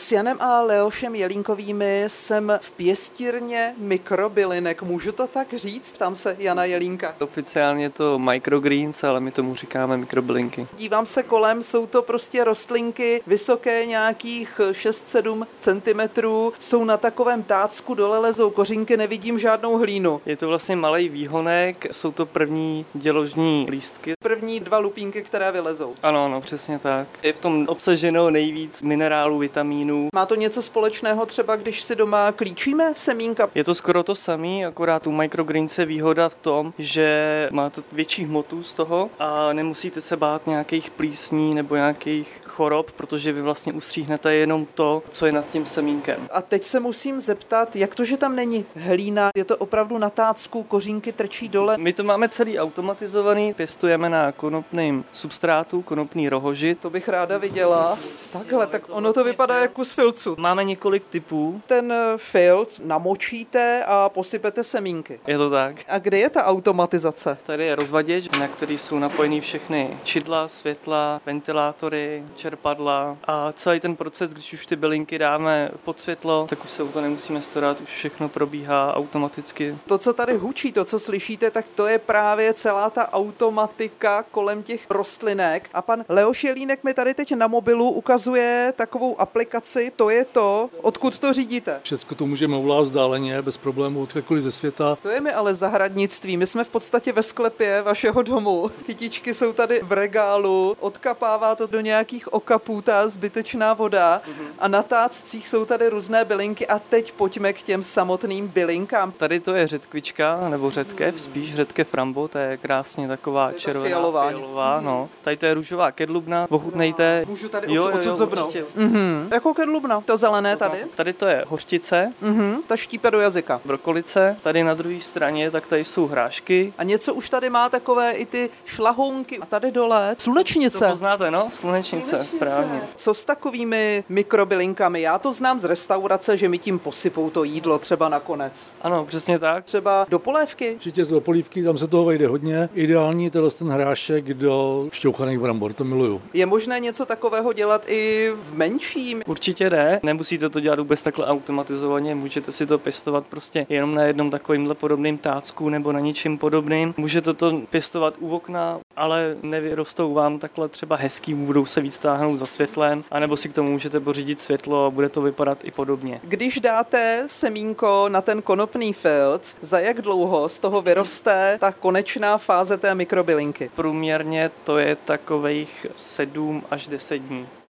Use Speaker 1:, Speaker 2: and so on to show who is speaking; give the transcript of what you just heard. Speaker 1: S Janem a Leošem Jelínkovými jsem v pěstírně mikrobylinek, můžu to tak říct? Tam se Jana Jelínka.
Speaker 2: Hmm. Oficiálně je to microgreens, ale my tomu říkáme mikrobylinky.
Speaker 1: Dívám se kolem, jsou to prostě rostlinky vysoké nějakých 6-7 cm, jsou na takovém tácku, dole lezou kořinky, nevidím žádnou hlínu.
Speaker 2: Je to vlastně malý výhonek, jsou to první děložní lístky.
Speaker 1: První dva lupínky, které vylezou.
Speaker 2: Ano, ano, přesně tak. Je v tom obsaženo nejvíc minerálů, vitamínů.
Speaker 1: Má to něco společného třeba, když si doma klíčíme semínka?
Speaker 2: Je to skoro to samé, akorát u microgreens je výhoda v tom, že máte větší hmotu z toho a nemusíte se bát nějakých plísní nebo nějakých chorob, protože vy vlastně ustříhnete jenom to, co je nad tím semínkem.
Speaker 1: A teď se musím zeptat, jak to, že tam není hlína, je to opravdu na tácku, kořínky trčí dole.
Speaker 2: My to máme celý automatizovaný, pěstujeme na konopném substrátu, konopný rohoži.
Speaker 1: To bych ráda viděla. Takhle, tak ono to vypadá jako z filcu.
Speaker 2: Máme několik typů.
Speaker 1: Ten eh, filc namočíte a posypete semínky. Hmm.
Speaker 2: Je to tak.
Speaker 1: A kde je ta automatizace? Hmm.
Speaker 2: Tady je rozvaděč, na který jsou napojený všechny čidla, světla, ventilátory, čerpadla a celý ten proces, když už ty bylinky dáme pod světlo, tak už se o to nemusíme starat, už všechno probíhá automaticky.
Speaker 1: To, co tady hučí, to, co slyšíte, tak to je právě celá ta automatika kolem těch rostlinek. A pan Leoš Jelínek mi tady teď na mobilu ukazuje takovou aplikaci, to je to, odkud to řídíte.
Speaker 3: Všechno to můžeme ovládat vzdáleně, bez problémů, odkudkoliv ze světa.
Speaker 1: To je mi ale zahradnictví, my jsme v podstatě ve sklepě vašeho domu. Kytičky jsou tady v regálu, odkapává to do nějakých okapů ta zbytečná voda
Speaker 2: Mhm.
Speaker 1: mm-hmm. a na tácích jsou tady různé bylinky a teď pojďme k těm samotným bylinkám.
Speaker 2: Tady to je řetkvička, nebo řetkev, mm. spíš řetkev rambo, to je krásně taková
Speaker 1: To je ta
Speaker 2: červená,
Speaker 1: fialová.
Speaker 2: fialová no. Tady to je růžová kedlubna, ochutnejte.
Speaker 1: Můžu tady
Speaker 2: Jo,
Speaker 1: jo,
Speaker 2: jo, jo,
Speaker 1: odsud zobnout.
Speaker 2: určitě. Jako
Speaker 1: Mhm. Jako kedlubna, to zelené tady.
Speaker 2: No, Tady to je hořčice,
Speaker 1: Mhm, ta štípe do jazyka.
Speaker 2: Hmm. brokolice, tady na druhé straně, tak tady jsou hrášky.
Speaker 1: A něco už tady má takové i ty šlahounky. A tady dole
Speaker 2: To
Speaker 1: slunečnice. Hm.
Speaker 2: poznáte, no? Slunečnice, správně.
Speaker 1: Co s takovými mikrobylinkami? Já to znám z restaurace, že mi tím posypou to jídlo třeba nakonec.
Speaker 2: Ano, přesně tak.
Speaker 1: Třeba do polévky? Hmm.
Speaker 3: Určitě z polívky, tam se toho vejde hodně. Ideální je tenhle ten hrášek do šťouchaných brambor, to miluju.
Speaker 1: Je možné něco takového dělat i v menším?
Speaker 2: Určitě ne, nemusíte to dělat vůbec takhle automatizovaně, můžete si to pěstovat prostě jenom na jednom takovýmhle podobným tácku nebo na něčem podobným. Můžete to pěstovat u okna, ale nevyrostou vám takhle třeba hezký, budou se víc táhnout za světlem, anebo si k tomu můžete pořídit světlo a bude to vypadat i podobně.
Speaker 1: Když dáte semínko na ten konopný filc, za jak dlouho z toho vyroste ta konečná fáze té mikrobylinky?
Speaker 2: Průměrně to je takových 7 až 10 dní.